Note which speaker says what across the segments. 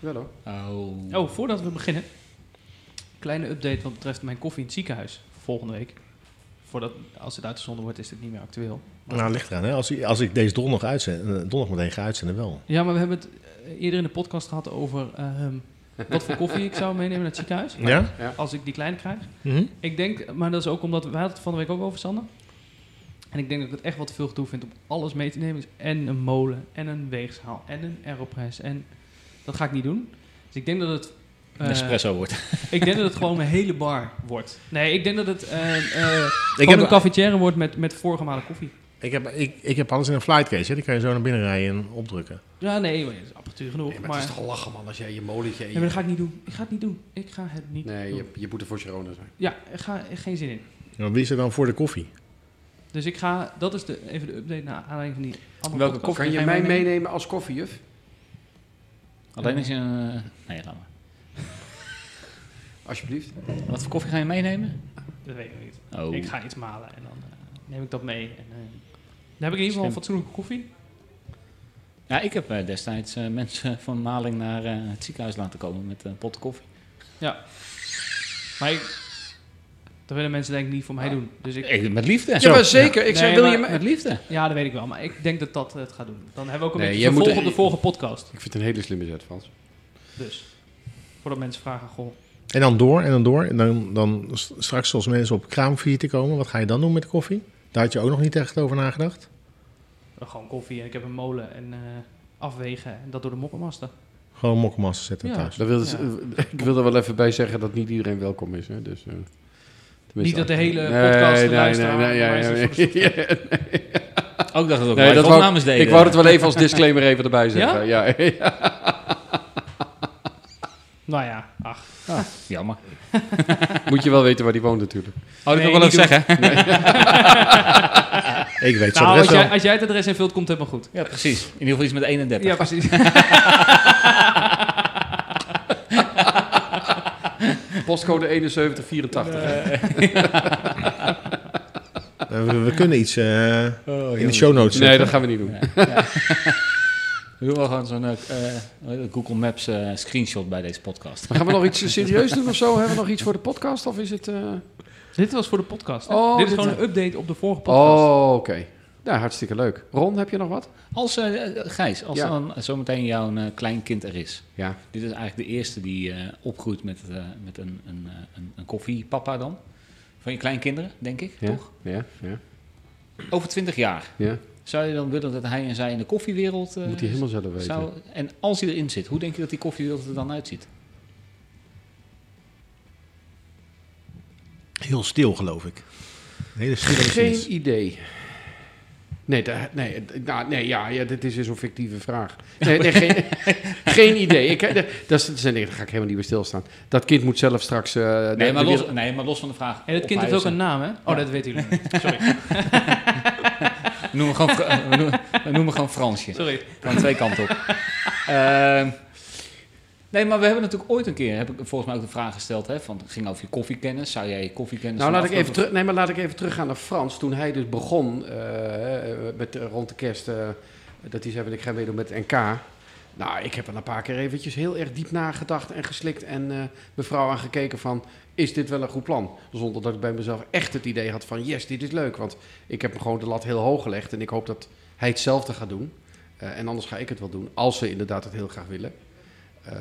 Speaker 1: Ja, hoor.
Speaker 2: Oh.
Speaker 3: Oh, voordat we beginnen. Kleine update wat betreft mijn koffie in het ziekenhuis voor volgende week. Voordat, als het uitgezonden wordt, is dit niet meer actueel.
Speaker 4: Nou, ligt eraan. Hè? Als, ik- als ik deze donderdag, uitzend, eh, donderdag meteen ga uitzenden, wel.
Speaker 3: Ja, maar we hebben het eh, eerder in de podcast gehad over ehm, wat voor koffie ik zou meenemen naar het ziekenhuis.
Speaker 4: Ja?
Speaker 3: Als ik die kleine krijg.
Speaker 4: Mhm.
Speaker 3: Ik denk, maar dat is ook omdat, we hadden het van de week ook over Sander. En ik denk dat ik het echt wat veel toe vind om alles mee te nemen. Dus en een molen, en een weegschaal, en een aeropress. En dat ga ik niet doen. Dus ik denk dat het... eh,
Speaker 2: Nespresso wordt.
Speaker 3: Ik denk dat het gewoon een hele bar wordt. Nee, ik denk dat het eh, eh,
Speaker 4: Ik,
Speaker 3: gewoon een
Speaker 4: heb,
Speaker 3: cafetière wordt met, met voorgemalen koffie.
Speaker 4: ik, heb, ik, ik heb alles in een flightcase. Hè? Die kan je zo naar binnen rijden en opdrukken.
Speaker 3: Ja, nee, maar dat is apparatuur genoeg.
Speaker 1: Nee,
Speaker 3: maar
Speaker 1: maar het is toch lachen, man, als jij je molentje...
Speaker 3: Nee,
Speaker 1: en je-
Speaker 3: maar dat ga ik niet doen. Ik ga het niet doen. Ik ga het niet
Speaker 1: Nee,
Speaker 3: doen.
Speaker 1: je, je moet er voor Sharona zijn.
Speaker 3: Ja, ik ga ik geen zin in.
Speaker 4: Maar wie is er dan voor de koffie?
Speaker 3: Dus ik ga, dat is de, even de update naar aanleiding van die andere
Speaker 2: Welke
Speaker 3: podcast.
Speaker 1: kan je mij meenemen als koffiejuf?
Speaker 2: Alleen als je een... eh, Nee, laat maar.
Speaker 1: Alsjeblieft.
Speaker 2: Wat voor koffie ga je meenemen?
Speaker 3: Dat weet ik niet.
Speaker 2: Oh.
Speaker 3: Ik ga iets malen en dan eh, neem ik dat mee. En, eh, dan heb ik in ieder geval een fatsoenlijke koffie.
Speaker 2: Ja, ik heb eh, destijds eh, mensen van Maling naar eh, het ziekenhuis laten komen met een pot koffie.
Speaker 3: Maar ik, dat willen mensen denk ik niet voor mij doen. Dus ik,
Speaker 2: Eh, met liefde.
Speaker 4: Zo.
Speaker 1: ja, maar zeker. Ik zei,
Speaker 3: Nee,
Speaker 1: wil
Speaker 3: maar-
Speaker 1: je me...
Speaker 2: Met liefde.
Speaker 3: ja, dat weet ik wel. Maar ik denk dat dat het gaat doen. Dan hebben we ook een
Speaker 1: Nee,
Speaker 3: beetje
Speaker 1: jij moet
Speaker 3: vervolg
Speaker 1: er-
Speaker 3: op de vorige podcast.
Speaker 1: Ik vind het een hele slimme zet, Frans.
Speaker 3: Dus, voordat mensen vragen, goh.
Speaker 4: En dan door en dan door. En dan, dan s- straks als mensen op kraamvisite komen, wat ga je dan doen met de koffie? Daar had je ook nog niet echt over nagedacht.
Speaker 3: eh, Gewoon koffie en ik heb een molen en eh, afwegen en dat door de moppenmaster.
Speaker 4: Gewoon mokkenmassen zetten
Speaker 3: Ja.
Speaker 4: thuis.
Speaker 1: Dat wilde, eh, Ik wil er wel even bij zeggen dat niet iedereen welkom is. Hè? Dus, eh, tenminste-
Speaker 3: Niet dat de hele
Speaker 1: Nee,
Speaker 3: podcast de
Speaker 1: nee,
Speaker 3: luisteraar-
Speaker 1: nee, nee, ja,
Speaker 3: maar is
Speaker 1: ja,
Speaker 3: het
Speaker 1: ja,
Speaker 3: voor de-
Speaker 1: ja.
Speaker 2: Ook dat het ook
Speaker 1: Nee,
Speaker 2: live
Speaker 1: dat wou-
Speaker 2: opnames deden.
Speaker 1: Ik wou het wel even als disclaimer even erbij zeggen. Ja? Ja.
Speaker 3: Nou ja, ach.
Speaker 2: Jammer.
Speaker 1: Moet je wel weten waar die woont natuurlijk.
Speaker 2: Oh, dat wil
Speaker 3: Nee,
Speaker 2: ik wel
Speaker 3: niet
Speaker 2: even zeggen.
Speaker 4: Ik weet zo de
Speaker 3: Nou, als
Speaker 4: rest
Speaker 3: jij,
Speaker 4: wel.
Speaker 3: als jij het adres invult, komt het helemaal goed.
Speaker 2: Ja, precies. In ieder geval iets met 31.
Speaker 3: Ja, precies.
Speaker 1: Postcode 7184.
Speaker 2: Eh,
Speaker 4: We, we kunnen iets eh,
Speaker 2: oh,
Speaker 4: in de show notes
Speaker 1: nee,
Speaker 4: zetten.
Speaker 1: dat gaan we niet doen.
Speaker 2: Ja, ja. We doen wel gewoon zo'n eh, eh, Google Maps eh, screenshot bij deze podcast.
Speaker 1: Maar gaan we nog iets serieus doen of zo? Hebben we nog iets voor de podcast? Of is het... eh,
Speaker 3: dit was voor de podcast. hè?
Speaker 1: Oh,
Speaker 3: dit is
Speaker 1: dit-
Speaker 3: gewoon een update op de vorige podcast.
Speaker 1: Oh, oké. Ja, hartstikke leuk. Ron, heb je nog wat?
Speaker 2: Als eh, Gijs, als
Speaker 1: Ja.
Speaker 2: dan zometeen jouw eh, kleinkind er is.
Speaker 1: Ja.
Speaker 2: Dit is eigenlijk de eerste die eh, opgroeit met, eh, met een, een, eh, een, een koffiepapa dan. Van je kleinkinderen, denk ik,
Speaker 1: Ja,
Speaker 2: toch?
Speaker 1: ja, ja.
Speaker 2: Over twintig jaar.
Speaker 1: ja.
Speaker 2: Zou je dan willen dat hij en zij in de koffiewereld... eh,
Speaker 1: Moet hij helemaal zelf weten.
Speaker 2: zou, en als hij erin zit, hoe denk je dat die koffiewereld er dan
Speaker 1: Eh,
Speaker 2: uitziet?
Speaker 4: Heel stil, geloof ik. Een hele stille machines.
Speaker 1: Geen idee. Nee, da- nee, d- nou, nee ja, ja, dit is weer zo'n fictieve vraag. Nee, nee, geen, geen idee. Ik, eh, dat, is, dat zijn dingen, daar ga ik helemaal niet bij stilstaan. Dat kind moet zelf straks... eh, de-
Speaker 2: Nee maar,
Speaker 1: de
Speaker 2: los,
Speaker 1: wereld-
Speaker 2: nee, maar los van de vraag...
Speaker 3: En het
Speaker 2: of
Speaker 3: kind
Speaker 2: hij
Speaker 3: heeft ook
Speaker 2: is-
Speaker 3: een naam, hè? Oh, dat weten jullie niet. Sorry.
Speaker 2: We noemen gewoon, Fra- we noemen- we noemen gewoon Fransje.
Speaker 3: Sorry.
Speaker 2: Van twee kanten op. Ehm, nee, maar we hebben natuurlijk ooit een keer, heb ik volgens mij ook de vraag gesteld, hè, van, het ging over je koffiekennis. Zou jij je koffiekennis...
Speaker 1: Nou,
Speaker 2: van
Speaker 1: laat ik, even
Speaker 2: afgelopen-
Speaker 1: terug, nee, maar laat ik even teruggaan naar Frans. Toen hij dus begon eh, eh, met, eh, rond de kerst, eh, dat hij zei, "Wel, ik ga meedoen met NK. Nou, ik heb er een paar keer eventjes heel erg diep nagedacht en geslikt en eh mevrouw aangekeken van, is dit wel een goed plan? Zonder dat ik bij mezelf echt het idee had van, yes, dit is leuk. Want ik heb hem gewoon de lat heel hoog gelegd en ik hoop dat hij hetzelfde gaat doen. Eh, en anders ga ik het wel doen, als ze inderdaad het heel graag willen. Eh,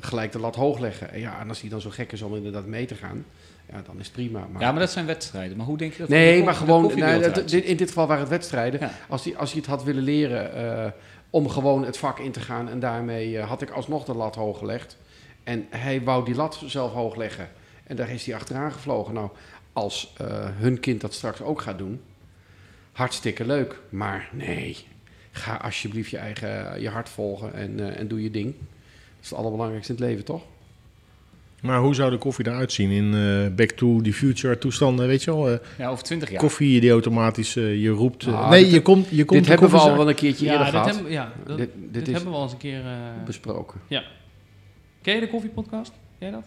Speaker 1: gelijk de lat hoog leggen. En ja, en als hij dan zo gek is om inderdaad mee te gaan, ja, dan is het prima.
Speaker 2: Ja, maar dat zijn wedstrijden. Maar hoe denk je dat...
Speaker 1: Nee,
Speaker 2: de
Speaker 1: maar
Speaker 2: koffie-
Speaker 1: gewoon,
Speaker 2: de
Speaker 1: nou,
Speaker 2: koffiewereld
Speaker 1: dat-
Speaker 2: eruit ziet?
Speaker 1: dit- in dit geval waren het wedstrijden.
Speaker 2: Ja.
Speaker 1: Als, hij, als hij het had willen leren eh, om gewoon het vak in te gaan en daarmee eh, had ik alsnog de lat hoog gelegd. En hij wou die lat zelf hoog leggen. En daar is hij achteraan gevlogen. Nou, als eh, hun kind dat straks ook gaat doen, hartstikke leuk. Maar nee, ga alsjeblieft je eigen je hart volgen en, eh, en doe je ding. Dat is het allerbelangrijkste in het leven, toch?
Speaker 4: Maar hoe zou de koffie eruit zien in eh, back to the future toestanden? Weet je wel, Eh,
Speaker 2: Ja, over twintig jaar.
Speaker 4: koffie die automatisch eh, je roept. eh,
Speaker 1: Ah,
Speaker 4: nee,
Speaker 1: dit-
Speaker 4: je komt, je komt
Speaker 1: Dit
Speaker 4: de
Speaker 1: hebben we al
Speaker 4: koffiezaak-
Speaker 1: wel een keertje
Speaker 3: ja,
Speaker 1: eerder
Speaker 3: dit
Speaker 1: gehad.
Speaker 3: hebben- ja, dat,
Speaker 1: dit
Speaker 3: dit,
Speaker 1: dit is
Speaker 3: hebben we al eens een keer... eh
Speaker 1: besproken.
Speaker 3: ken je de koffiepodcast? Ken je dat?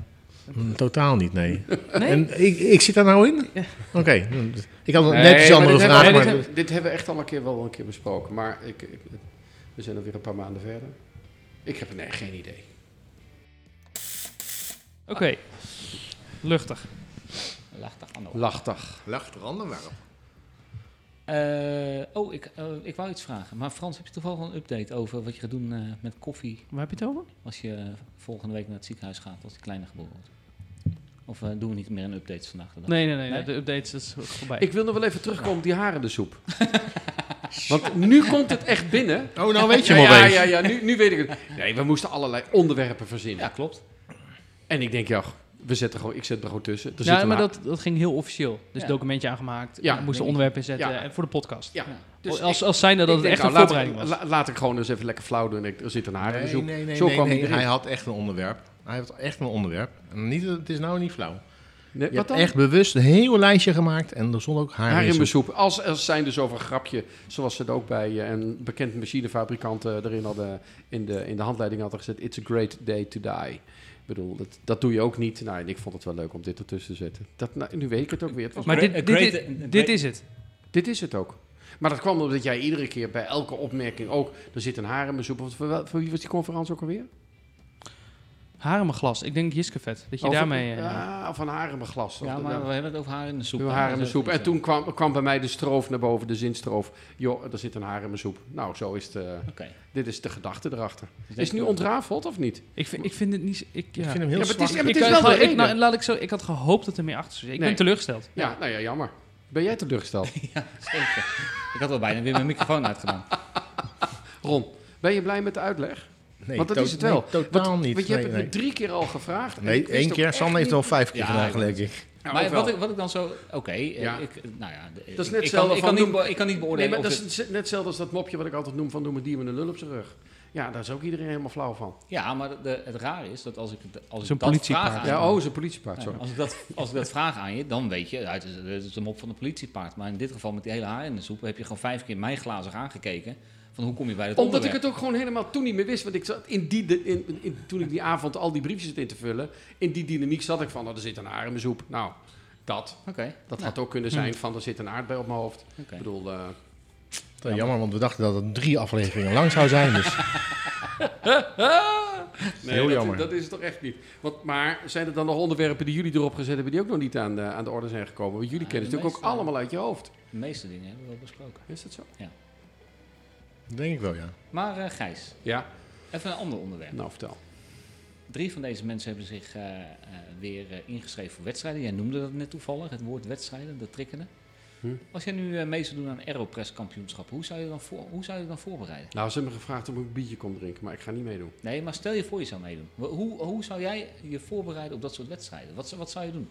Speaker 4: Mm, Totaal niet, nee.
Speaker 3: Nee?
Speaker 4: En ik, ik zit daar nou in?
Speaker 3: Ja.
Speaker 4: Oké, mm, ik had
Speaker 1: Nee,
Speaker 4: een net iets
Speaker 1: maar
Speaker 4: andere
Speaker 1: dit
Speaker 4: vraag.
Speaker 1: Hebben,
Speaker 4: Maar,
Speaker 1: dit, hebben- dit hebben we echt al een keer wel een keer besproken. Maar ik, ik, we zijn alweer een paar maanden verder. Ik heb nee, geen idee.
Speaker 3: Oké. Luchtig.
Speaker 2: Lacht daar aan op.
Speaker 1: Lachtig.
Speaker 4: Lacht er ander maar op.
Speaker 2: Eh, oh, ik, eh, ik wou iets vragen. Maar Frans, heb je toevallig al een update over wat je gaat doen eh, met koffie
Speaker 3: Waar heb je het over?
Speaker 2: als je volgende week naar het ziekenhuis gaat als die kleine geboren wordt? Of eh, doen we niet meer een update vandaag? de dag?
Speaker 3: Nee, nee, nee.
Speaker 2: Nee?
Speaker 3: De updates is voorbij.
Speaker 1: Ik wil nog wel even terugkomen op die haren in de soep. Want nu komt het echt binnen.
Speaker 4: Oh, nou weet je
Speaker 1: ja,
Speaker 4: hem
Speaker 1: ja,
Speaker 4: alweer.
Speaker 1: ja, ja, nu, nu weet ik het. Nee, we moesten allerlei onderwerpen verzinnen.
Speaker 2: Ja, klopt.
Speaker 1: En ik denk, ja, we zetten gewoon, ik zet er gewoon tussen. Er zit
Speaker 3: ja,
Speaker 1: een
Speaker 3: maar
Speaker 1: haar-
Speaker 3: dat, dat ging heel officieel. Dus
Speaker 2: Ja.
Speaker 3: documentje aangemaakt.
Speaker 1: Ja.
Speaker 3: Ja, moest een
Speaker 2: Nee.
Speaker 3: onderwerp inzetten
Speaker 1: Ja.
Speaker 3: en voor de podcast.
Speaker 1: Ja, dus
Speaker 3: als,
Speaker 1: ik-
Speaker 3: als zijnde dat het
Speaker 1: ik denk,
Speaker 3: echt
Speaker 1: nou,
Speaker 3: een voorbereiding
Speaker 1: laat,
Speaker 3: was.
Speaker 1: ik- la- laat ik gewoon eens even lekker flauw doen. Ik- Er zit een haar in de
Speaker 4: Nee,
Speaker 1: soep.
Speaker 4: nee, nee,
Speaker 1: Zo
Speaker 4: nee,
Speaker 1: kwam
Speaker 4: nee,
Speaker 1: hij erin.
Speaker 4: Hij had echt een onderwerp. Hij heeft echt een onderwerp. En niet, het is nou niet flauw.
Speaker 1: Nee, wat
Speaker 4: Je hebt
Speaker 1: dan?
Speaker 4: echt bewust een heel lijstje gemaakt en er stond ook haar,
Speaker 1: Haar in mijn
Speaker 4: soep.
Speaker 1: soep. Als, als zijn dus over een grapje, zoals ze het ook bij eh, een bekend machinefabrikant eh, erin hadden, in de, in de handleiding hadden gezet. It's a great day to die. Ik bedoel, dat, dat doe je ook niet. Nou, en ik vond het wel leuk om dit ertussen te zetten. Dat, nou, nu weet ik het ook weer. Het was-
Speaker 3: Maar
Speaker 2: Een
Speaker 3: dit,
Speaker 2: great-
Speaker 3: dit,
Speaker 2: een
Speaker 3: dit-
Speaker 2: great-
Speaker 3: dit is het.
Speaker 1: dit is het ook. Maar dat kwam omdat jij iedere keer bij elke opmerking ook, er zit een haar in mijn soep. Want Voor, wel- voor wie was die conferentie ook alweer?
Speaker 3: Haar in mijn glas. Ik denk Jiskevet. Dat je
Speaker 1: Of-
Speaker 3: daarmee... eh,
Speaker 1: Ja, Ah, of een haar in mijn glas. Of
Speaker 2: Ja,
Speaker 1: de-
Speaker 2: maar we hebben het over haar in de soep.
Speaker 1: Uw
Speaker 2: hè?
Speaker 1: haar
Speaker 2: Dat
Speaker 1: in mijn
Speaker 2: is
Speaker 1: soep.
Speaker 2: niet
Speaker 1: En
Speaker 2: zo.
Speaker 1: toen kwam, kwam bij mij de stroof naar boven, de zinstroof. Joh, er zit een haar in mijn soep. Nou, zo is het. eh,
Speaker 2: Oké.
Speaker 1: dit is de gedachte erachter.
Speaker 2: Dus
Speaker 1: Is
Speaker 2: deze-
Speaker 1: het nu ontrafeld of niet?
Speaker 3: Ik, vind, ik vind het niet... zo- Ik, ja.
Speaker 4: Ik vind hem heel
Speaker 1: Ja, maar het
Speaker 4: zwak.
Speaker 1: is, ja, maar
Speaker 3: Ik
Speaker 1: het is
Speaker 3: kan-
Speaker 1: wel de
Speaker 3: ik-
Speaker 1: reden.
Speaker 3: nou, laat ik zo, ik had gehoopt dat er meer achter zou zitten. Ik
Speaker 1: Nee.
Speaker 3: ben teleurgesteld.
Speaker 1: ja, nou ja, jammer. Ben jij teleurgesteld?
Speaker 2: Zeker. Ik had al bijna weer mijn microfoon uitgedaan.
Speaker 1: Ron, ben je blij met de uitleg?
Speaker 4: Nee,
Speaker 1: Want dat
Speaker 4: to-
Speaker 1: is het wel.
Speaker 4: nee, totaal niet.
Speaker 1: Want je
Speaker 4: nee,
Speaker 1: hebt
Speaker 4: nee.
Speaker 1: het me drie keer al gevraagd. en
Speaker 4: Nee,
Speaker 1: ik wist
Speaker 4: één
Speaker 1: ook
Speaker 4: keer.
Speaker 1: echt
Speaker 4: San heeft
Speaker 1: niet-
Speaker 4: al vijf keer
Speaker 2: Ja,
Speaker 4: gedaan,
Speaker 2: ik-
Speaker 4: geloof ik.
Speaker 1: Ja,
Speaker 2: maar
Speaker 1: ook wel.
Speaker 2: wat ik, wat ik dan zo... Oké, eh,
Speaker 1: Ja.
Speaker 2: ik, nou ja... Dat ik,
Speaker 1: net hetzelfde
Speaker 2: kan, ik
Speaker 1: van
Speaker 2: kan niet,
Speaker 1: noem-
Speaker 2: be- ik kan niet
Speaker 1: Nee,
Speaker 2: beoordelen
Speaker 1: maar dat
Speaker 2: of
Speaker 1: is
Speaker 2: het-
Speaker 1: net hetzelfde als dat mopje wat ik altijd noem van doe me dier met een lul op zijn rug. Ja, daar is ook iedereen helemaal flauw van.
Speaker 2: Ja, maar de, het raar is dat als ik, het- als
Speaker 3: Zo'n
Speaker 2: ik dat
Speaker 3: politiepaard.
Speaker 2: vraag aan
Speaker 1: Ja, oh, is een politiepaard,
Speaker 2: Ja,
Speaker 1: sorry.
Speaker 2: als, ik dat, als ik dat vraag aan je, dan weet je, ja, het is, het is de mop van de politiepaard. Maar in dit geval met die hele haar in de soep heb je gewoon vijf keer mij glazig aangekeken. Van hoe kom je bij dat
Speaker 1: Omdat ik
Speaker 2: onderwerp?
Speaker 1: het ook gewoon helemaal toen niet meer wist. Want ik zat in die, de- in, in- toen ik die avond al die briefjes zat in te vullen, in die dynamiek zat ik van, nou, er zit een haar in mijn soep. Nou, dat.
Speaker 2: Oké,
Speaker 1: Dat
Speaker 2: nou,
Speaker 1: had ook kunnen zijn van, er zit een aardbei op mijn hoofd.
Speaker 2: oké.
Speaker 1: Ik bedoel, eh,
Speaker 4: Ja, Jammer, want we dachten dat het drie afleveringen lang zou zijn. Dus.
Speaker 1: Nee,
Speaker 4: Heel
Speaker 1: dat,
Speaker 4: jammer.
Speaker 1: Dat is het toch echt niet. Want, maar zijn er dan nog onderwerpen die jullie erop gezet hebben die ook nog niet aan de, aan de orde zijn gekomen? Want jullie
Speaker 2: Ja,
Speaker 1: kennen
Speaker 2: de
Speaker 1: het natuurlijk ook
Speaker 2: meeste-
Speaker 1: allemaal uit je hoofd.
Speaker 2: De meeste dingen hebben we wel besproken.
Speaker 1: Is dat zo?
Speaker 4: Denk ik wel, ja.
Speaker 2: Maar eh, Gijs,
Speaker 1: Ja,
Speaker 2: even een ander onderwerp.
Speaker 1: nou vertel.
Speaker 2: Drie van deze mensen hebben zich eh, eh, weer eh, ingeschreven voor wedstrijden. Jij noemde dat net toevallig, het woord wedstrijden, dat trikkende.
Speaker 1: Hm.
Speaker 2: Als jij nu eh, mee zou doen aan een Aeropress kampioenschap, hoe zou, je dan voor, hoe zou je dan voorbereiden?
Speaker 1: Nou, ze hebben me gevraagd of ik een biertje kon drinken, maar ik ga niet meedoen.
Speaker 2: Nee, maar stel je voor je zou meedoen. Wa- Hoe, hoe zou jij je voorbereiden op dat soort wedstrijden? Wat, zou- wat zou je doen?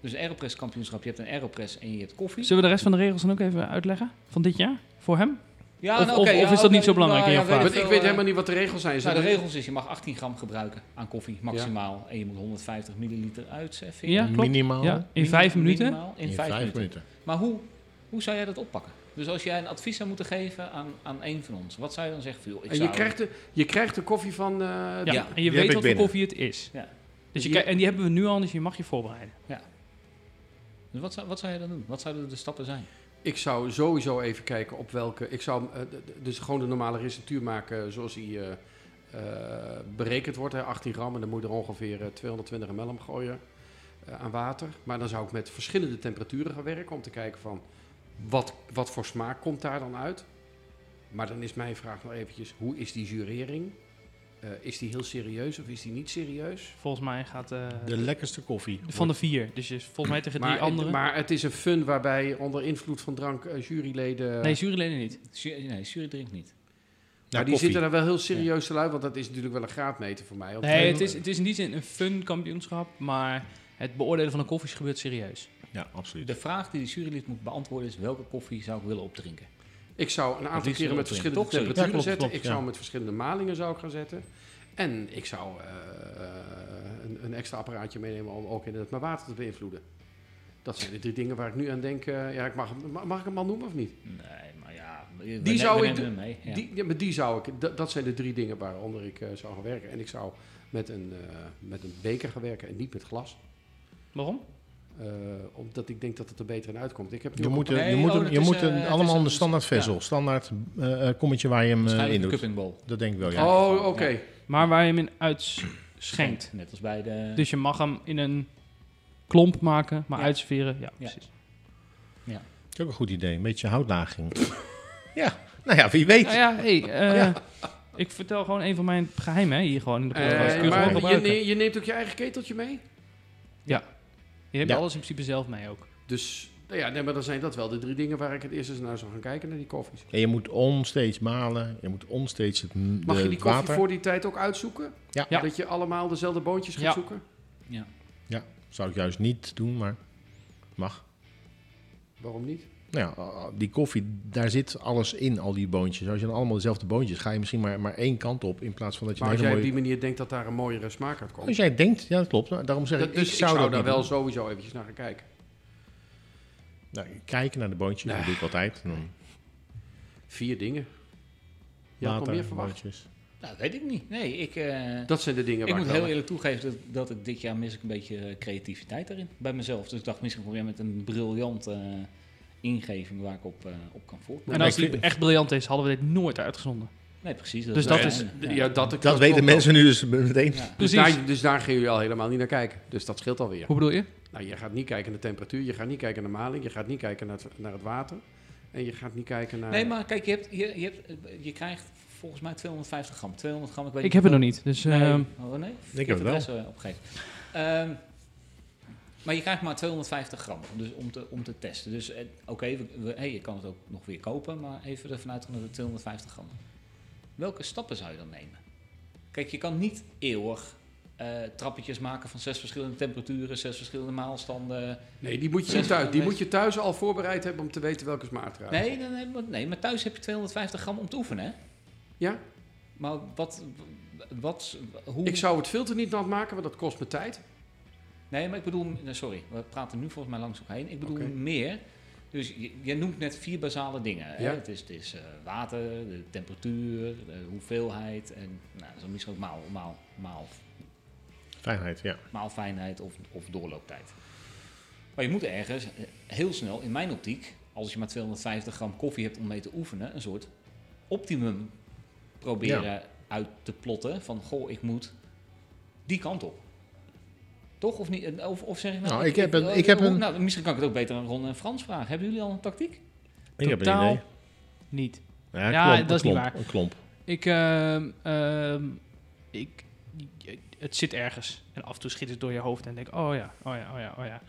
Speaker 2: Dus een Aeropress kampioenschap, je hebt een Aeropress en je hebt koffie.
Speaker 3: Zullen we de rest van de regels dan ook even uitleggen? Van dit jaar? Voor hem?
Speaker 2: Ja,
Speaker 3: Of- of- of is dat niet zo belangrijk in jouw vraag?
Speaker 1: Want ik weet helemaal niet wat de regels zijn. Ze
Speaker 2: eh, Nou, de
Speaker 1: hebben-
Speaker 2: regels is, je mag 18 gram gebruiken aan koffie, maximaal. En je moet 150 milliliter uitzeffen.
Speaker 3: Ja, klopt.
Speaker 4: Minimaal
Speaker 1: Oh,
Speaker 3: Ja, in vijf minuten?
Speaker 2: Minimaal In, vijf, minuten. Maar hoe, hoe zou jij dat oppakken? Dus als jij een advies zou moeten geven aan, aan een van ons, wat zou je dan zeggen? Van, joh, ik
Speaker 1: En je
Speaker 2: zou-
Speaker 1: krijgt, de, je krijgt de koffie van... eh,
Speaker 3: Ja,
Speaker 2: Ja,
Speaker 3: en
Speaker 4: die
Speaker 3: je
Speaker 4: heb ik
Speaker 3: weet wat voor
Speaker 4: binnen.
Speaker 3: koffie het is.
Speaker 2: Ja.
Speaker 3: Dus je
Speaker 1: Die-
Speaker 3: kijkt- en die hebben we nu al, dus je mag je voorbereiden.
Speaker 2: Dus wat, zou, wat zou jij dan doen? Wat zouden de stappen zijn?
Speaker 1: Ik zou sowieso even kijken op welke. Ik zou eh, d- d- dus gewoon de normale receptuur maken zoals die eh, eh, berekend wordt, hè, 18 gram. En dan moet je er ongeveer eh, 220 ml om gooien eh, aan water. Maar dan zou ik met verschillende temperaturen gaan werken om te kijken van wat, wat voor smaak komt daar dan uit. Maar dan is mijn vraag nog eventjes, hoe is die jurering? Eh, is die heel serieus of is die niet serieus?
Speaker 3: Volgens mij gaat eh,
Speaker 4: De lekkerste koffie.
Speaker 3: van de vier. Dus je is volgens mij tegen
Speaker 1: Maar,
Speaker 3: die andere.
Speaker 1: maar het is een fun waarbij onder invloed van drank eh, juryleden...
Speaker 3: nee, juryleden niet.
Speaker 2: Ju- Nee, jury drinkt niet.
Speaker 4: Ja,
Speaker 1: maar die
Speaker 4: koffie.
Speaker 1: zitten er wel heel serieus te uit, want dat is natuurlijk wel een graadmeter voor mij. Want-
Speaker 3: Nee, het is, het is in die zin een fun kampioenschap, maar het beoordelen van een koffie gebeurt serieus.
Speaker 4: Ja, absoluut.
Speaker 2: De vraag die de jurylid moet beantwoorden is welke koffie zou ik willen opdrinken?
Speaker 1: Ik zou een aantal
Speaker 2: liefst
Speaker 1: keren
Speaker 2: wel
Speaker 1: met
Speaker 2: drinken,
Speaker 1: verschillende
Speaker 2: toch? Zoiets.
Speaker 1: temperaturen
Speaker 4: Ja, klopt,
Speaker 1: zetten. ik
Speaker 4: klopt,
Speaker 1: zou
Speaker 4: ja.
Speaker 1: met verschillende malingen zou ik gaan zetten. En ik zou eh, eh, een, een extra apparaatje meenemen om ook inderdaad mijn water te beïnvloeden. Dat zijn de drie dingen waar ik nu aan denk. eh, ja, ik mag, hem- mag ik hem al noemen of niet?
Speaker 2: Nee, maar ja. we- we
Speaker 1: zou
Speaker 2: we
Speaker 1: ik
Speaker 2: nemen
Speaker 1: doen.
Speaker 2: hem mee. Ja.
Speaker 1: Die, ja, maar die zou ik, dat- dat zijn de drie dingen waaronder ik eh, zou gaan werken. En ik zou met een, eh, met een beker gaan werken en niet met glas.
Speaker 3: Waarom?
Speaker 1: Eh, omdat ik denk dat het er beter in uitkomt. Ik heb nu
Speaker 4: Je
Speaker 1: ook
Speaker 4: moet,
Speaker 1: een-
Speaker 4: er- je
Speaker 2: Nee,
Speaker 4: moet,
Speaker 2: oh,
Speaker 4: hem-
Speaker 2: dat
Speaker 4: je
Speaker 2: is,
Speaker 4: moet
Speaker 2: eh,
Speaker 4: hem
Speaker 2: het
Speaker 4: allemaal
Speaker 2: is
Speaker 4: in
Speaker 2: een-
Speaker 4: de standaard vessel. Standaard eh, eh, kommetje waar je hem eh,
Speaker 2: Waarschijnlijk
Speaker 4: in
Speaker 2: een
Speaker 4: doet.
Speaker 2: cuppingball.
Speaker 4: Dat denk ik wel, ja.
Speaker 1: Oh,
Speaker 2: Ja.
Speaker 1: oké.
Speaker 3: Maar waar je hem in uitschenkt.
Speaker 2: Net als bij de...
Speaker 3: Dus je mag hem in een klomp maken, maar
Speaker 2: Ja.
Speaker 3: uitsferen. Ja, precies.
Speaker 4: Dat is ook een goed idee. Een beetje houtlaging. ja, nou ja, wie weet.
Speaker 3: Nou ja, hey, eh, ik vertel gewoon een van mijn geheimen hè, hier gewoon in de
Speaker 1: Eh,
Speaker 3: podcast. Kun je gewoon
Speaker 1: maar je,
Speaker 3: gebruiken.
Speaker 1: ne- je neemt ook je eigen keteltje mee?
Speaker 3: Je hebt
Speaker 4: Ja.
Speaker 3: alles in principe zelf mee ook.
Speaker 1: Dus nou ja, nee, maar dan zijn dat wel de drie dingen waar ik het eerst eens naar zou gaan kijken, naar die koffies.
Speaker 4: En je moet onsteeds malen. Je moet onsteeds het,
Speaker 1: Mag
Speaker 4: de-
Speaker 1: je die
Speaker 4: het
Speaker 1: koffie
Speaker 4: water.
Speaker 1: voor die tijd ook uitzoeken?
Speaker 4: Ja.
Speaker 3: Ja.
Speaker 1: Dat je allemaal dezelfde boontjes gaat
Speaker 3: Ja.
Speaker 1: zoeken?
Speaker 4: Zou ik juist niet doen, maar mag.
Speaker 1: Waarom niet?
Speaker 4: Nou ja, die koffie, daar zit alles in, al die boontjes. Als je dan allemaal dezelfde boontjes, ga je misschien maar, maar één kant op. In plaats van dat je
Speaker 1: Maar
Speaker 4: een
Speaker 1: als
Speaker 4: hele
Speaker 1: jij
Speaker 4: mooie...
Speaker 1: op die manier denkt dat daar een mooiere smaak uit komt.
Speaker 4: Oh, Als jij denkt, ja dat klopt. Maar Daarom zeg
Speaker 1: Dat-
Speaker 4: Dus ik,
Speaker 1: dus
Speaker 4: ik zou, dat
Speaker 1: daar
Speaker 4: niet
Speaker 1: wel
Speaker 4: doen.
Speaker 1: sowieso eventjes naar gaan kijken.
Speaker 4: Nou, kijken naar de boontjes,
Speaker 1: Nee.
Speaker 4: dat
Speaker 3: Ah.
Speaker 4: doe ik altijd. En Dan
Speaker 1: Vier dingen. Je had nog
Speaker 4: water,
Speaker 1: meer verwacht.
Speaker 4: boontjes.
Speaker 2: Nou, dat weet ik niet. Nee, ik... eh,
Speaker 1: Dat zijn de dingen
Speaker 2: ik
Speaker 1: waar
Speaker 2: moet
Speaker 1: ik wel-
Speaker 2: heel eerlijk toegeven dat, dat ik dit jaar mis ik een beetje eh, creativiteit daarin bij mezelf. Dus ik dacht misschien kom jij met een briljante eh, ingeving waar ik op, eh, op kan voortbouwen.
Speaker 3: En als
Speaker 4: ik
Speaker 3: die echt briljant is, hadden we dit nooit uitgezonden.
Speaker 2: Nee, precies. Dat
Speaker 3: Dus
Speaker 2: is
Speaker 3: dat
Speaker 2: het
Speaker 3: is-
Speaker 2: einde.
Speaker 1: Ja,
Speaker 2: Ja.
Speaker 1: dat,
Speaker 4: Dat, weten
Speaker 1: klopt
Speaker 4: mensen nu dus meteen.
Speaker 2: Ja.
Speaker 1: ook. Dus
Speaker 3: Precies.
Speaker 1: daar, dus daar gingen jullie al helemaal niet naar kijken. Dus dat scheelt alweer.
Speaker 3: Hoe bedoel je?
Speaker 1: Nou, je gaat niet kijken naar de temperatuur, je gaat niet kijken naar de maling, je gaat niet kijken naar het, naar het water. En je gaat niet kijken naar...
Speaker 2: Nee, maar kijk, je, hebt, je, je, hebt, eh, je krijgt volgens mij 250 gram. 200 gram, ik weet
Speaker 3: Ik heb het nog
Speaker 2: wat-
Speaker 3: niet. Dus
Speaker 2: Nee.
Speaker 3: ehm,
Speaker 2: oh, nee?
Speaker 4: heb het wel.
Speaker 2: wel. Opgegeven. Ehm, maar je krijgt maar 250 gram dus om, te, om te testen. Dus eh, oké, we- we- hey, je kan het ook nog weer kopen, maar even ervan uitgaan dat het 250 gram is. Welke stappen zou je dan nemen? Kijk, je kan niet eeuwig eh, trappetjes maken van zes verschillende temperaturen, zes verschillende maalstanden.
Speaker 1: Nee, die moet je
Speaker 2: Zes
Speaker 1: thuis,
Speaker 2: van
Speaker 1: die
Speaker 2: deze.
Speaker 1: moet je thuis al voorbereid hebben om te weten welke smaak eruit.
Speaker 2: Nee, nee, nee, maar, nee, maar thuis heb je 250 gram om te oefenen, hè?
Speaker 1: Ja?
Speaker 2: Maar wat, wat, hoe...
Speaker 1: Ik zou het filter niet nat maken, want dat kost me tijd.
Speaker 2: Nee, maar ik bedoel, nee, sorry, we praten nu volgens mij langs elkaar heen. Ik bedoel
Speaker 1: Oké.
Speaker 2: meer. Dus je, je noemt net vier basale dingen. Hè?
Speaker 1: Ja.
Speaker 2: Het is, het is eh, water, de temperatuur, de hoeveelheid en nou, dat is misschien ook maal, maal, maal,
Speaker 4: Fijnheid, ja.
Speaker 2: maalfijnheid of, of doorlooptijd. Maar je moet ergens eh, heel snel, in mijn optiek, als je maar 250 gram koffie hebt om mee te oefenen, een soort optimum proberen uit te plotten. Van goh, ik moet die kant op. Toch of niet? Of, of zeg ik nou,
Speaker 4: Nou, ik heb een- ik heb
Speaker 2: hoe-
Speaker 4: een-
Speaker 2: nou, misschien kan ik het ook beter aan Ron en Frans vragen. Hebben jullie al een tactiek?
Speaker 4: Ik heb een
Speaker 3: Totaal
Speaker 4: idee.
Speaker 3: niet.
Speaker 4: Ja,
Speaker 3: Ja,
Speaker 4: klomp,
Speaker 3: dat is
Speaker 4: een
Speaker 3: niet
Speaker 4: klomp,
Speaker 3: waar.
Speaker 4: Een klomp.
Speaker 3: Ik, ehm, ehm, ik, het zit ergens. En af en toe schiet het door je hoofd en denk oh ja, oh ja, oh ja, oh ja.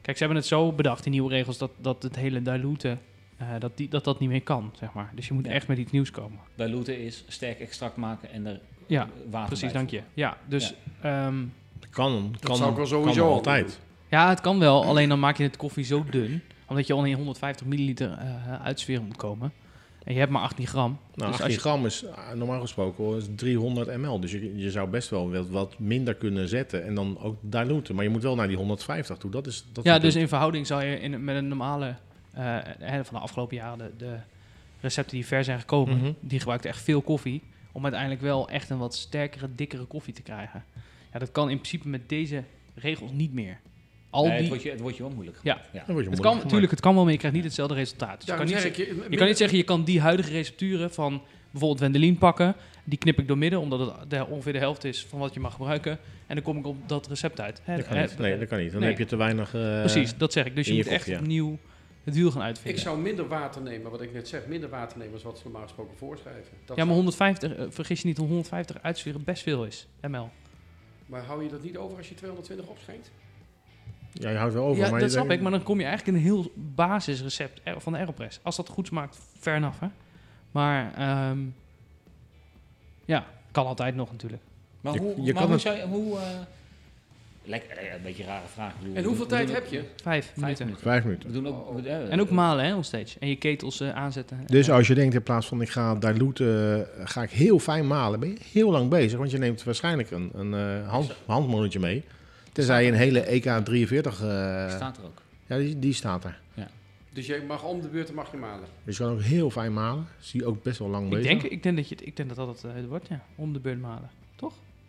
Speaker 3: Kijk, ze hebben het zo bedacht, die nieuwe regels, dat, dat het hele dilute, eh, dat, die, dat dat niet meer kan, zeg maar. Dus je moet
Speaker 2: Ja.
Speaker 3: echt met iets nieuws komen.
Speaker 2: Bij Looten is sterk extract maken en er
Speaker 3: Ja,
Speaker 2: water bij
Speaker 3: Precies, dank
Speaker 2: voegen.
Speaker 3: je. Ja, dus ehm,
Speaker 4: Kan,
Speaker 1: Dat
Speaker 4: kan,
Speaker 1: zou ik wel
Speaker 4: kan
Speaker 1: sowieso al
Speaker 4: altijd.
Speaker 3: ja, het kan wel, alleen dan maak je het koffie zo dun, omdat je al in 150 milliliter eh uitsfeer moet komen. En je hebt maar 18 gram.
Speaker 4: Nou,
Speaker 3: dus
Speaker 4: 18
Speaker 3: als je,
Speaker 4: gram is ah, normaal gesproken hoor, is 300 ml. Dus je, je zou best wel wat, wat minder kunnen zetten en dan ook diluten. Maar je moet wel naar die 150 toe. Dat is, dat is
Speaker 3: ja,
Speaker 4: het
Speaker 3: dus
Speaker 4: punt.
Speaker 3: in verhouding zou je in, met een normale, eh, hè, van de afgelopen jaren, de, de recepten die ver zijn gekomen,
Speaker 4: Mhm.
Speaker 3: die gebruikten echt veel koffie, om uiteindelijk wel echt een wat sterkere, dikkere koffie te krijgen. Ja, dat kan in principe met deze regels niet meer. Al
Speaker 2: Nee, het,
Speaker 3: die,
Speaker 2: wordt je, het wordt je wel moeilijk.
Speaker 3: Ja.
Speaker 2: ja.
Speaker 4: Dan word je
Speaker 3: het kan
Speaker 4: moeilijk
Speaker 3: natuurlijk, het kan wel, maar je krijgt niet hetzelfde resultaat. Dus je kan
Speaker 1: Daarom
Speaker 3: niet,
Speaker 1: zeg
Speaker 3: zeggen-
Speaker 1: ik je,
Speaker 3: je kan niet zeggen, je kan die huidige recepturen van bijvoorbeeld Wendelin pakken. Die knip ik door midden, omdat het de- ongeveer de helft is van wat je mag gebruiken. En dan kom ik op dat recept uit. Hè,
Speaker 4: Dat kan
Speaker 3: hè,
Speaker 4: niet. Nee, dat kan niet. Dan
Speaker 3: Nee.
Speaker 4: heb je te weinig... eh,
Speaker 3: Precies, dat zeg ik. Dus je
Speaker 4: in je
Speaker 3: moet echt
Speaker 4: koffie, ja.
Speaker 3: opnieuw het wiel gaan
Speaker 1: Ik
Speaker 3: uitvinden.
Speaker 1: zou minder water nemen, wat ik net zeg. Minder water nemen is wat ze normaal gesproken voorschrijven. Dat
Speaker 3: ja, maar
Speaker 1: zou-
Speaker 3: 150, eh, vergis je niet, dat 150 uitsferen best veel is, ml.
Speaker 1: maar hou je dat niet over als je 220 opschenkt?
Speaker 4: Ja, je houdt wel over.
Speaker 3: ja,
Speaker 4: maar
Speaker 3: dat
Speaker 4: je
Speaker 3: snap
Speaker 4: denkt-
Speaker 3: ik, maar dan kom je eigenlijk in een heel basisrecept er- van de Aeropress. Als dat goed smaakt, fair enough, hè. Maar, ehm, ja, kan altijd nog natuurlijk.
Speaker 2: Maar
Speaker 4: Je-
Speaker 2: hoe,
Speaker 4: je
Speaker 2: maar
Speaker 4: kan
Speaker 2: hoe
Speaker 4: het-
Speaker 2: zou je... Hoe, eh, lekker, eh, een beetje een rare vraag. Ik bedoel,
Speaker 1: En
Speaker 2: we
Speaker 1: hoeveel
Speaker 2: doen- we
Speaker 1: tijd
Speaker 2: doen-
Speaker 1: heb je?
Speaker 3: Vijf,
Speaker 2: Vijf
Speaker 3: minuten. Oh,
Speaker 2: minuten.
Speaker 4: Vijf
Speaker 2: We
Speaker 4: minuten.
Speaker 2: doen ook, we- eh,
Speaker 3: En ook malen, hè, onstage. En je ketels eh, aanzetten.
Speaker 4: Dus
Speaker 3: Eh,
Speaker 4: als je denkt in plaats van ik ga diluten, eh, ga ik heel fijn malen, ben je heel lang bezig. Want je neemt waarschijnlijk een, een eh, hand, handmannetje mee. Tenzij je een hele EK43... eh,
Speaker 2: staat er ook.
Speaker 4: ja, die, die staat er.
Speaker 1: Dus je mag om de beurt mag je malen.
Speaker 4: Dus je kan ook heel fijn malen. Zie je ook best wel lang
Speaker 3: Ik
Speaker 4: bezig.
Speaker 3: denk, ik, denk dat je, het- ik denk dat dat het eh, wordt, ja. Om de beurt malen.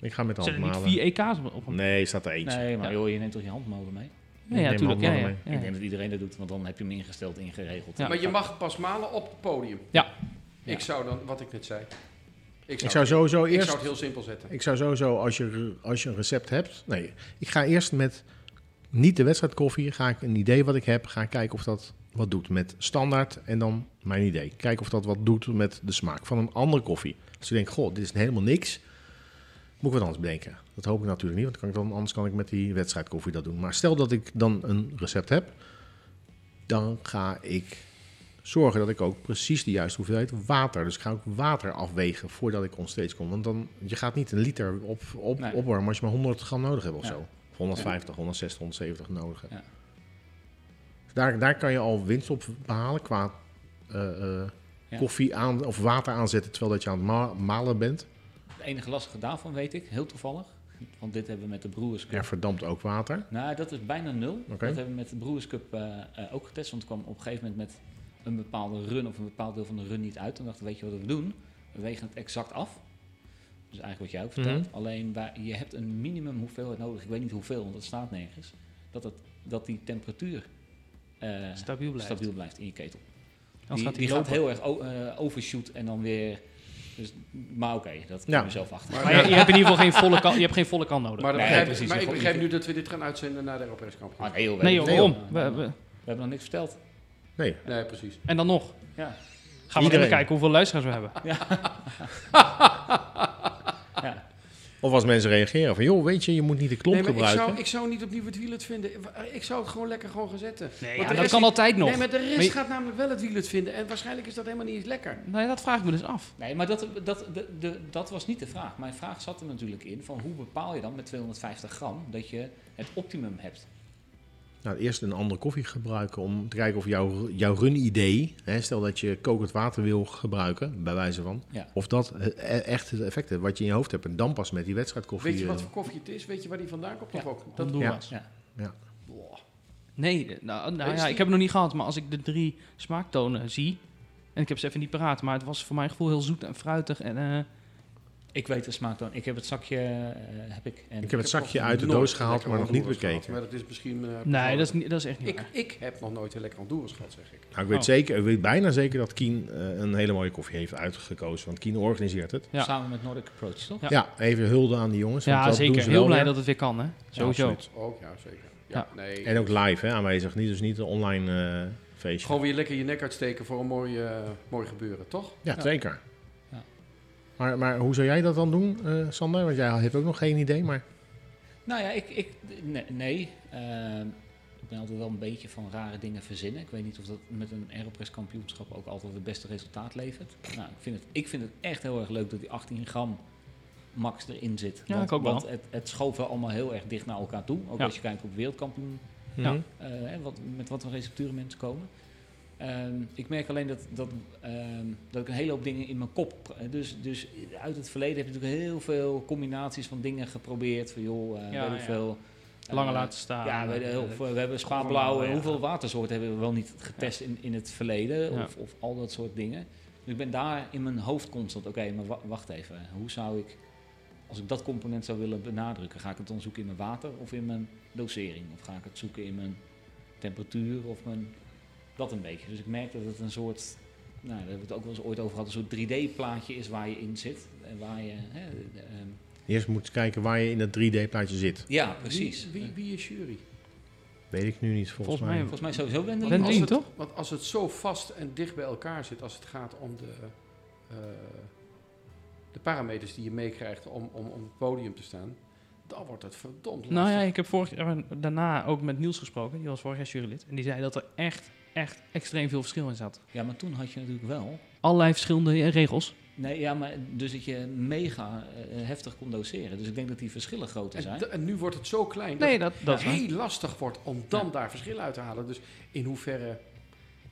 Speaker 4: Ik ga met de hand
Speaker 3: Zijn er niet
Speaker 4: malen.
Speaker 3: vier EK's op, op een
Speaker 4: Nee, staat er eentje.
Speaker 2: Nee, maar
Speaker 3: Ja.
Speaker 2: joh, je neemt toch je handmolen mee?
Speaker 3: Nee, ja,
Speaker 4: neem
Speaker 3: tuurlijk. Ja, ja,
Speaker 4: allemaal mee.
Speaker 3: ja.
Speaker 2: Ik denk dat iedereen dat doet, want dan heb je hem ingesteld, ingeregeld.
Speaker 3: Ja.
Speaker 1: Maar je mag pas malen op het podium.
Speaker 3: Ja.
Speaker 1: Ik zou dan, wat ik net zei.
Speaker 4: Ik zou sowieso
Speaker 1: ik
Speaker 4: eerst...
Speaker 1: zou het heel simpel zetten.
Speaker 4: Ik zou sowieso, als je, als je een recept hebt... Nee, ik ga eerst met niet de wedstrijd koffie. Ga ik een idee wat ik heb. Ga ik kijken of dat wat doet met standaard. En dan mijn idee. Kijken of dat wat doet met de smaak van een andere koffie. Als je denkt, Dus goh, dit is helemaal niks. Moet ik wat anders bedenken. Dat hoop ik natuurlijk niet. Want dan kan ik dan, anders kan ik met die wedstrijd koffie dat doen. Maar stel dat ik dan een recept heb. Dan ga ik zorgen dat ik ook precies de juiste hoeveelheid water. Dus ik ga ook water afwegen voordat ik onstage kom. Want dan, je gaat niet een liter op, op,
Speaker 2: Nee.
Speaker 4: opwarmen als je maar 100 gram nodig hebt of
Speaker 2: Ja.
Speaker 4: zo. Of 150, 160, 170 nodig hebt.
Speaker 2: Ja.
Speaker 4: Dus daar, daar kan je al winst op behalen qua eh, eh,
Speaker 2: Ja.
Speaker 4: koffie aan of water aanzetten terwijl dat je aan het ma- malen bent.
Speaker 2: Het enige lastige daarvan weet ik, heel toevallig, want dit hebben we met de Broers Cup.
Speaker 4: Er verdampt ook water.
Speaker 2: Nou, dat is bijna nul.
Speaker 4: Oké.
Speaker 2: Dat hebben we met de Broers Cup eh, eh, ook getest, want het kwam op een gegeven moment met een bepaalde run of een bepaald deel van de run niet uit. Toen dachten we, weet je wat we doen? We wegen het exact af. Dus eigenlijk wat jij ook vertelt.
Speaker 4: Mhm.
Speaker 2: Alleen wij- je hebt een minimum hoeveelheid nodig. Ik weet niet hoeveel, want dat staat nergens. Dat, het, dat die temperatuur eh,
Speaker 3: Stabiel blijft.
Speaker 2: stabiel blijft in je ketel.
Speaker 3: Anders
Speaker 2: die
Speaker 3: gaat
Speaker 2: die
Speaker 3: hij
Speaker 2: gaat
Speaker 3: lopen.
Speaker 2: heel erg o- eh, overshoot en dan weer. Dus, maar oké, dat kom
Speaker 4: Ja.
Speaker 2: je zelf achter.
Speaker 3: Maar je, je hebt in ieder geval geen volle kan, je hebt geen volle kan nodig.
Speaker 1: Maar, dat
Speaker 2: Nee,
Speaker 1: begrijp-
Speaker 2: precies,
Speaker 1: maar
Speaker 2: dat
Speaker 1: ik
Speaker 2: vond
Speaker 1: begrijp
Speaker 2: ik-
Speaker 1: nu dat we dit gaan uitzenden naar de Europese kampioen.
Speaker 2: Ah, nee, joh, we-
Speaker 3: nee, joh,
Speaker 4: Nee,
Speaker 3: waarom?
Speaker 2: joh.
Speaker 3: We, we-
Speaker 2: We hebben nog niks verteld.
Speaker 4: Nee,
Speaker 1: Nee, precies.
Speaker 3: en dan nog.
Speaker 2: Ja.
Speaker 3: Gaan we
Speaker 4: Iedereen.
Speaker 3: even kijken hoeveel luisteraars we hebben.
Speaker 2: ja.
Speaker 4: Of als mensen reageren van, joh, weet je, je moet niet de klomp
Speaker 1: nee, maar ik
Speaker 4: gebruiken.
Speaker 1: zou, ik zou niet opnieuw het wielet vinden. Ik zou het gewoon lekker gewoon gaan zetten.
Speaker 3: Nee,
Speaker 1: Want
Speaker 3: ja,
Speaker 1: de
Speaker 3: dat
Speaker 1: rest
Speaker 3: kan
Speaker 1: is-
Speaker 3: altijd nog.
Speaker 1: Nee, maar de rest
Speaker 3: Maar je-
Speaker 1: gaat namelijk wel het wielet vinden. En waarschijnlijk is dat helemaal niet eens lekker.
Speaker 3: Nee, dat vraag ik me dus af.
Speaker 2: Nee, maar dat, dat, de, de, dat was niet de vraag. Mijn vraag zat er natuurlijk in van hoe bepaal je dan met 250 gram dat je het optimum hebt.
Speaker 4: Nou, eerst een andere koffie gebruiken om te kijken of jouw, jouw run-idee, hè, stel dat je kokend water wil gebruiken, bij wijze van,
Speaker 2: Ja.
Speaker 4: of dat eh, e- echt het effect heeft wat je in je hoofd hebt. En dan pas met die wedstrijdkoffie.
Speaker 1: Weet je wat
Speaker 4: eh,
Speaker 1: voor koffie het is? Weet je waar die vandaan komt?
Speaker 2: Ja.
Speaker 1: Of ook? Dat,
Speaker 3: Honduras.
Speaker 2: Ja.
Speaker 4: Ja.
Speaker 3: Nee, de- nou, nou
Speaker 1: Is
Speaker 3: ja,
Speaker 1: die-
Speaker 3: ik heb het nog niet gehad, maar als ik de drie smaaktonen zie... En ik heb ze even niet paraat, maar het was voor mijn gevoel heel zoet en fruitig. En, eh,
Speaker 2: Ik weet de smaak dan. Ik heb het zakje eh, heb ik. En
Speaker 4: ik heb het zakje
Speaker 1: nog
Speaker 4: uit de
Speaker 1: nooit
Speaker 4: doos
Speaker 1: een
Speaker 4: gehaald,
Speaker 1: lekker
Speaker 4: maar nog niet
Speaker 1: Honduras gehad.
Speaker 4: bekeken.
Speaker 1: Maar dat is misschien... eh,
Speaker 3: nee, dat is, niet, dat is echt niet
Speaker 1: Ik,
Speaker 3: waar.
Speaker 1: ik heb nog nooit een lekker Honduras gehad, zeg ik.
Speaker 4: Nou, ik weet,
Speaker 3: Oh.
Speaker 4: zeker, ik weet bijna zeker dat Kien eh, een hele mooie koffie heeft uitgekozen, want Kien organiseert het.
Speaker 3: Ja.
Speaker 2: Samen met Nordic Approach, toch?
Speaker 4: Ja,
Speaker 3: Ja.
Speaker 4: even hulde aan die jongens. want
Speaker 3: Ja,
Speaker 4: dat doen
Speaker 3: zeker.
Speaker 4: ze
Speaker 3: Heel
Speaker 4: wel
Speaker 3: blij
Speaker 4: weer.
Speaker 3: dat het weer kan, hè? Sowieso.
Speaker 4: absoluut.
Speaker 1: Ook, Dus, oh, ja, zeker. Ja, nee.
Speaker 4: En ook live hè, aanwezig, niet, dus niet een online eh, feestje.
Speaker 1: Gewoon weer lekker je nek uitsteken voor een mooi, eh, mooi gebeuren, toch?
Speaker 4: Ja,
Speaker 2: Ja.
Speaker 4: zeker.
Speaker 2: Ja.
Speaker 4: Maar, maar hoe zou jij dat dan doen, eh, Sander? Want jij heeft ook nog geen idee, maar...
Speaker 2: Nou ja, ik. ik nee. nee. Ehm, ik ben altijd wel een beetje van rare dingen verzinnen. Ik weet niet of dat met een Aeropress kampioenschap ook altijd het beste resultaat levert. Nou, ik vind het, ik vind het echt heel erg leuk dat die 18 gram max erin zit.
Speaker 3: Ja,
Speaker 2: want,
Speaker 3: ik ook wel.
Speaker 2: Want het, het schoof wel allemaal heel erg dicht naar elkaar toe. Ook
Speaker 3: Ja.
Speaker 2: als je kijkt op wereldkampioen
Speaker 3: Ja.
Speaker 4: Mhm.
Speaker 2: eh, hè, wat, met wat voor recepturen mensen komen. Ehm, ik merk alleen dat, dat, ehm, dat ik een hele hoop dingen in mijn kop. pr- eh, Dus, dus uit het verleden heb je natuurlijk heel veel combinaties van dingen geprobeerd. Van joh, eh
Speaker 3: Ja,
Speaker 2: weet ik
Speaker 3: ja.
Speaker 2: veel.
Speaker 3: Langer
Speaker 2: eh,
Speaker 3: laten staan.
Speaker 2: ja, we,
Speaker 3: Eh,
Speaker 2: of, eh, we hebben spaarblauw.
Speaker 3: ja.
Speaker 2: Hoeveel watersoorten hebben we wel niet getest in, in het verleden?
Speaker 3: Ja.
Speaker 2: Of, of al dat soort dingen. Dus ik ben daar in mijn hoofd constant. Oké, maar wa- wacht even. Hoe zou ik, als ik dat component zou willen benadrukken, ga ik het dan zoeken in mijn water of in mijn dosering? Of ga ik het zoeken in mijn temperatuur of mijn. Dat een beetje. Dus ik merk dat het een soort. Nou, daar hebben we het ook wel eens ooit over gehad. Een soort 3D-plaatje is waar je in zit. En waar je. Hè, ehm,
Speaker 4: Eerst moet je kijken waar je in dat 3D-plaatje zit.
Speaker 2: ja, precies.
Speaker 1: Wie, wie, wie is jury?
Speaker 4: Weet ik nu niet, volgens,
Speaker 3: Volgens mij-
Speaker 4: mij.
Speaker 2: Volgens mij sowieso ben
Speaker 3: Ben
Speaker 1: Als
Speaker 3: Lien,
Speaker 1: het-
Speaker 3: toch?
Speaker 1: Want als het zo vast en dicht bij elkaar zit, als het gaat om de, eh, de parameters die je meekrijgt om, om, om op het podium te staan, dan wordt het verdomd
Speaker 3: Nou ja,
Speaker 1: lastig.
Speaker 3: ik heb vorig jaar daarna ook met Niels gesproken. Die was vorig jaar jurylid. En die zei dat er echt, echt extreem veel verschil in zat.
Speaker 2: Ja, maar toen had je natuurlijk wel.
Speaker 3: Allerlei verschillende eh, regels.
Speaker 2: Nee, ja, maar dus dat je mega eh, heftig kon doseren. Dus ik denk dat die verschillen groter
Speaker 1: en,
Speaker 2: zijn.
Speaker 1: d- en nu wordt het zo klein dat
Speaker 3: Nee, dat, dat is
Speaker 1: het
Speaker 3: waar.
Speaker 1: heel lastig wordt om dan daar verschil uit te halen. Dus in hoeverre,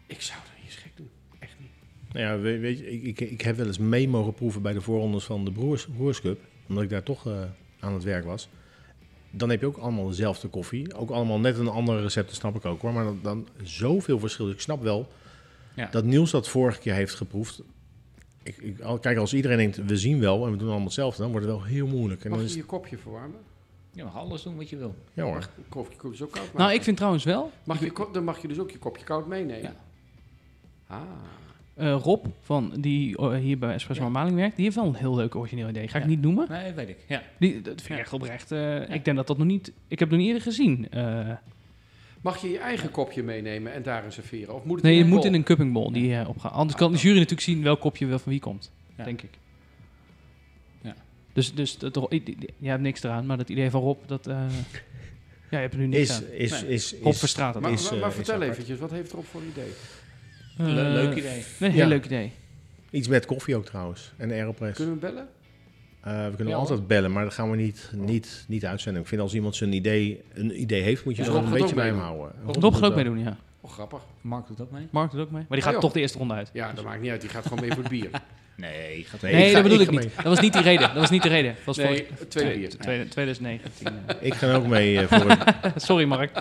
Speaker 1: ik zou dat niet eens gek doen. Echt niet.
Speaker 4: Nou ja, weet, weet je, ik, ik, ik heb wel eens mee mogen proeven bij de voorrondes van de Broers, Broers Cup. Omdat ik daar toch eh, aan het werk was. Dan heb je ook allemaal dezelfde koffie. Ook allemaal net een andere recept, dat snap ik ook hoor. Maar dan, dan zoveel verschil. Dus ik snap wel
Speaker 2: Ja.
Speaker 4: dat Niels dat vorige keer heeft geproefd. Ik, ik, al- kijk, als iedereen denkt, we zien wel en we doen allemaal hetzelfde, dan wordt het wel heel moeilijk. En
Speaker 1: Mag
Speaker 4: dan
Speaker 1: je
Speaker 4: is het,
Speaker 1: je kopje verwarmen?
Speaker 2: Je mag alles doen wat je wil.
Speaker 4: ja hoor.
Speaker 1: Een kopje koffie is ook koud.
Speaker 3: Nou,
Speaker 1: maken.
Speaker 3: ik vind trouwens wel,
Speaker 1: mag je, ko- dan mag je dus ook je kopje koud meenemen.
Speaker 2: Ja.
Speaker 1: Ah.
Speaker 3: eh, Rob, van, die eh, hier bij Espresso
Speaker 2: Ja.
Speaker 3: Normaling werkt, die heeft wel een heel leuk origineel idee. Ga ik
Speaker 2: Ja.
Speaker 3: niet noemen.
Speaker 2: Nee, weet ik. Ja.
Speaker 3: Die, dat vind ik
Speaker 2: Ja.
Speaker 3: echt oprecht. eh, Ik denk dat dat nog niet... Ik heb het nog niet eerder gezien. eh.
Speaker 1: Mag je je eigen kopje meenemen en daarin serveren? Of moet het
Speaker 3: nee, je
Speaker 1: een
Speaker 3: moet
Speaker 1: bol?
Speaker 3: in een cupping bowl die eh, opgaan. Anders kan de jury natuurlijk zien welk kopje wel van wie komt.
Speaker 2: Ja.
Speaker 3: Denk ik.
Speaker 2: Ja.
Speaker 3: Dus, dus dat, ro- i- i- je hebt niks eraan, maar dat idee van Rob, dat... eh, ja, je hebt er nu niks
Speaker 4: Is,
Speaker 3: aan.
Speaker 4: is,
Speaker 2: Nee.
Speaker 4: is,
Speaker 3: Rob
Speaker 4: is,
Speaker 3: verstraat dat.
Speaker 1: Maar,
Speaker 4: is,
Speaker 1: maar,
Speaker 4: eh,
Speaker 1: maar
Speaker 4: is
Speaker 1: vertel
Speaker 4: apart.
Speaker 1: eventjes, wat heeft Rob voor idee?
Speaker 2: Le-
Speaker 3: Eh,
Speaker 2: leuk idee.
Speaker 3: Nee, heel
Speaker 4: Ja.
Speaker 3: leuk idee.
Speaker 4: iets met koffie ook trouwens. En Aeropress.
Speaker 1: Kunnen we hem bellen?
Speaker 4: Eh, we kunnen
Speaker 2: Ja,
Speaker 4: altijd bellen, maar dat gaan we niet, niet, niet uitzenden. Ik vind als iemand zijn idee, een idee heeft, moet je
Speaker 1: Ja,
Speaker 4: er
Speaker 1: Rob
Speaker 4: een
Speaker 1: gaat
Speaker 4: beetje
Speaker 1: ook
Speaker 4: bij hem
Speaker 1: meedoen.
Speaker 4: houden.
Speaker 3: Rob gaat ook
Speaker 4: doet
Speaker 3: meedoen, ja.
Speaker 1: Oh, grappig.
Speaker 2: Mark doet ook mee.
Speaker 3: Mark doet ook mee. Maar die
Speaker 1: Ah,
Speaker 3: gaat
Speaker 1: joh.
Speaker 3: toch de eerste ronde uit.
Speaker 1: Ja, dat maakt niet uit. Die gaat gewoon mee voor het bier.
Speaker 2: Nee, gaat
Speaker 4: Nee,
Speaker 3: Nee,
Speaker 4: ik ga-
Speaker 3: dat bedoel
Speaker 4: ik
Speaker 3: ik,
Speaker 4: ga
Speaker 3: niet. Dat was niet die reden. Dat was niet de reden. Dat was
Speaker 1: Nee,
Speaker 3: voor
Speaker 1: twee bier.
Speaker 3: 2019.
Speaker 4: dat. Ik ga ook mee eh, voor het-
Speaker 3: eh. Sorry, Mark.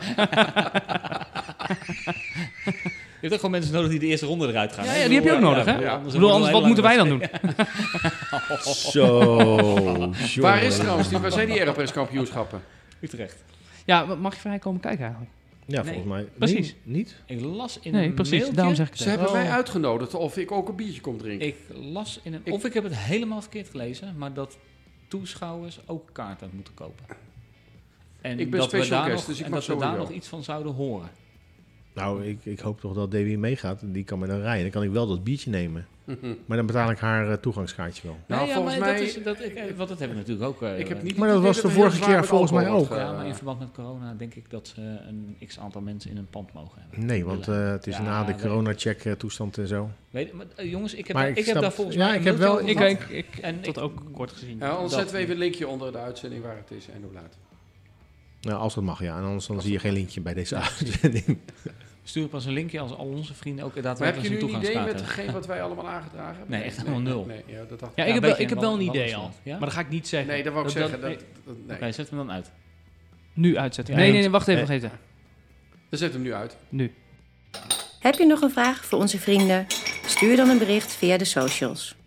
Speaker 2: Je hebt ook gewoon mensen nodig die de eerste ronde eruit gaan.
Speaker 3: Ja,
Speaker 2: hè?
Speaker 3: ja,
Speaker 2: Ik
Speaker 3: die heb je
Speaker 2: bedoel, eh,
Speaker 3: ook nodig, hè?
Speaker 2: ja,
Speaker 3: Ik bedoel, anders wat moeten wij dan doen?
Speaker 4: Zo.
Speaker 1: Waar is
Speaker 4: jongen.
Speaker 1: trouwens die, waar zijn die Aeropress kampioenschappen?
Speaker 2: Utrecht.
Speaker 3: Ja, wat- mag je vrij komen kijken eigenlijk?
Speaker 4: Ja,
Speaker 2: Nee.
Speaker 4: volgens mij.
Speaker 3: Precies.
Speaker 4: Nee, niet?
Speaker 2: Ik las in
Speaker 3: Nee,
Speaker 2: een
Speaker 3: precies.
Speaker 2: mailtje.
Speaker 3: Daarom zeg ik het.
Speaker 1: Ze hebben
Speaker 4: Oh.
Speaker 1: mij uitgenodigd of ik ook een biertje kom drinken.
Speaker 2: Ik las in een...
Speaker 1: Ik-
Speaker 2: Of ik heb het helemaal verkeerd gelezen, maar dat toeschouwers ook kaarten moeten kopen. En
Speaker 1: Ik ben
Speaker 2: dat we
Speaker 1: special
Speaker 2: daar
Speaker 1: guest,
Speaker 2: nog,
Speaker 1: dus ik
Speaker 2: en
Speaker 1: mag
Speaker 2: dat we daar
Speaker 1: sowieso.
Speaker 2: nog iets van zouden horen.
Speaker 4: Nou, ik, ik hoop toch dat Davy meegaat. Die kan met een rijden. Dan kan ik wel dat biertje nemen.
Speaker 1: Mhm.
Speaker 4: Maar dan betaal ik haar eh, toegangskaartje wel.
Speaker 1: Nou,
Speaker 2: ja,
Speaker 1: volgens
Speaker 2: maar
Speaker 1: mij-
Speaker 2: dat is, dat, ik, eh, want dat hebben we natuurlijk ook. eh,
Speaker 1: ik heb niet
Speaker 4: Maar
Speaker 1: het
Speaker 4: dat was
Speaker 1: idee
Speaker 4: de
Speaker 1: er heel
Speaker 4: vorige
Speaker 1: zwaar
Speaker 4: keer
Speaker 1: met
Speaker 4: volgens mij
Speaker 1: alcohol wordt
Speaker 4: ook.
Speaker 2: Ja, maar in
Speaker 1: ge-
Speaker 2: verband met corona denk ik dat ze een x aantal mensen in een pand mogen hebben.
Speaker 4: Nee, want eh, het is
Speaker 2: Ja,
Speaker 4: na de
Speaker 2: weet ik.
Speaker 4: corona-check eh, toestand en zo.
Speaker 2: Weet je, maar, eh, jongens, ik heb,
Speaker 4: Maar
Speaker 2: daar-
Speaker 4: ik
Speaker 2: ik
Speaker 4: snap-
Speaker 2: heb daar volgens
Speaker 4: ja,
Speaker 2: mij.
Speaker 4: ik
Speaker 2: een
Speaker 4: heb wel-
Speaker 2: mailtje
Speaker 3: Ik,
Speaker 2: over
Speaker 3: ik,
Speaker 2: gehad.
Speaker 3: ik
Speaker 2: En
Speaker 3: heb
Speaker 2: ik-
Speaker 3: dat ook kort gezien.
Speaker 1: Ja, anders
Speaker 2: Dat-
Speaker 1: zetten we even een linkje onder de uitzending waar het is en hoe laat.
Speaker 4: Nou, als dat mag, ja. En anders dan zie je geen linkje bij deze uitzending.
Speaker 2: Stuur pas een linkje als al onze vrienden ook
Speaker 1: Maar heb
Speaker 2: daadwerkelijk
Speaker 1: je
Speaker 2: zo'n
Speaker 1: nu een idee
Speaker 2: toegangskaart
Speaker 1: met
Speaker 2: hebben.
Speaker 1: hetgeen wat wij allemaal aangedragen hebben?
Speaker 2: Nee, echt helemaal nul.
Speaker 1: Nee, ja, dat dacht ik.
Speaker 3: Ja,
Speaker 2: Ja,
Speaker 3: ik heb,
Speaker 2: een
Speaker 3: wel,
Speaker 2: beetje
Speaker 3: ik heb
Speaker 2: wat-
Speaker 3: wel een
Speaker 2: wat
Speaker 3: idee
Speaker 2: is
Speaker 3: al.
Speaker 2: dat? Ja?
Speaker 3: Maar dat ga ik niet zeggen.
Speaker 1: Nee, dat wou ik
Speaker 3: Dat-
Speaker 1: zeggen.
Speaker 3: dat-
Speaker 1: Dat, dat- nee.
Speaker 2: Oké, zet hem dan uit.
Speaker 3: Nu uitzetten.
Speaker 2: Ja,
Speaker 3: Nee, nee,
Speaker 2: want-
Speaker 3: nee, wacht even.
Speaker 4: eh,
Speaker 3: Wacht even.
Speaker 1: Dan zet hem nu uit.
Speaker 3: Nu.
Speaker 5: Heb je nog een vraag voor onze vrienden? Stuur dan een bericht via de socials.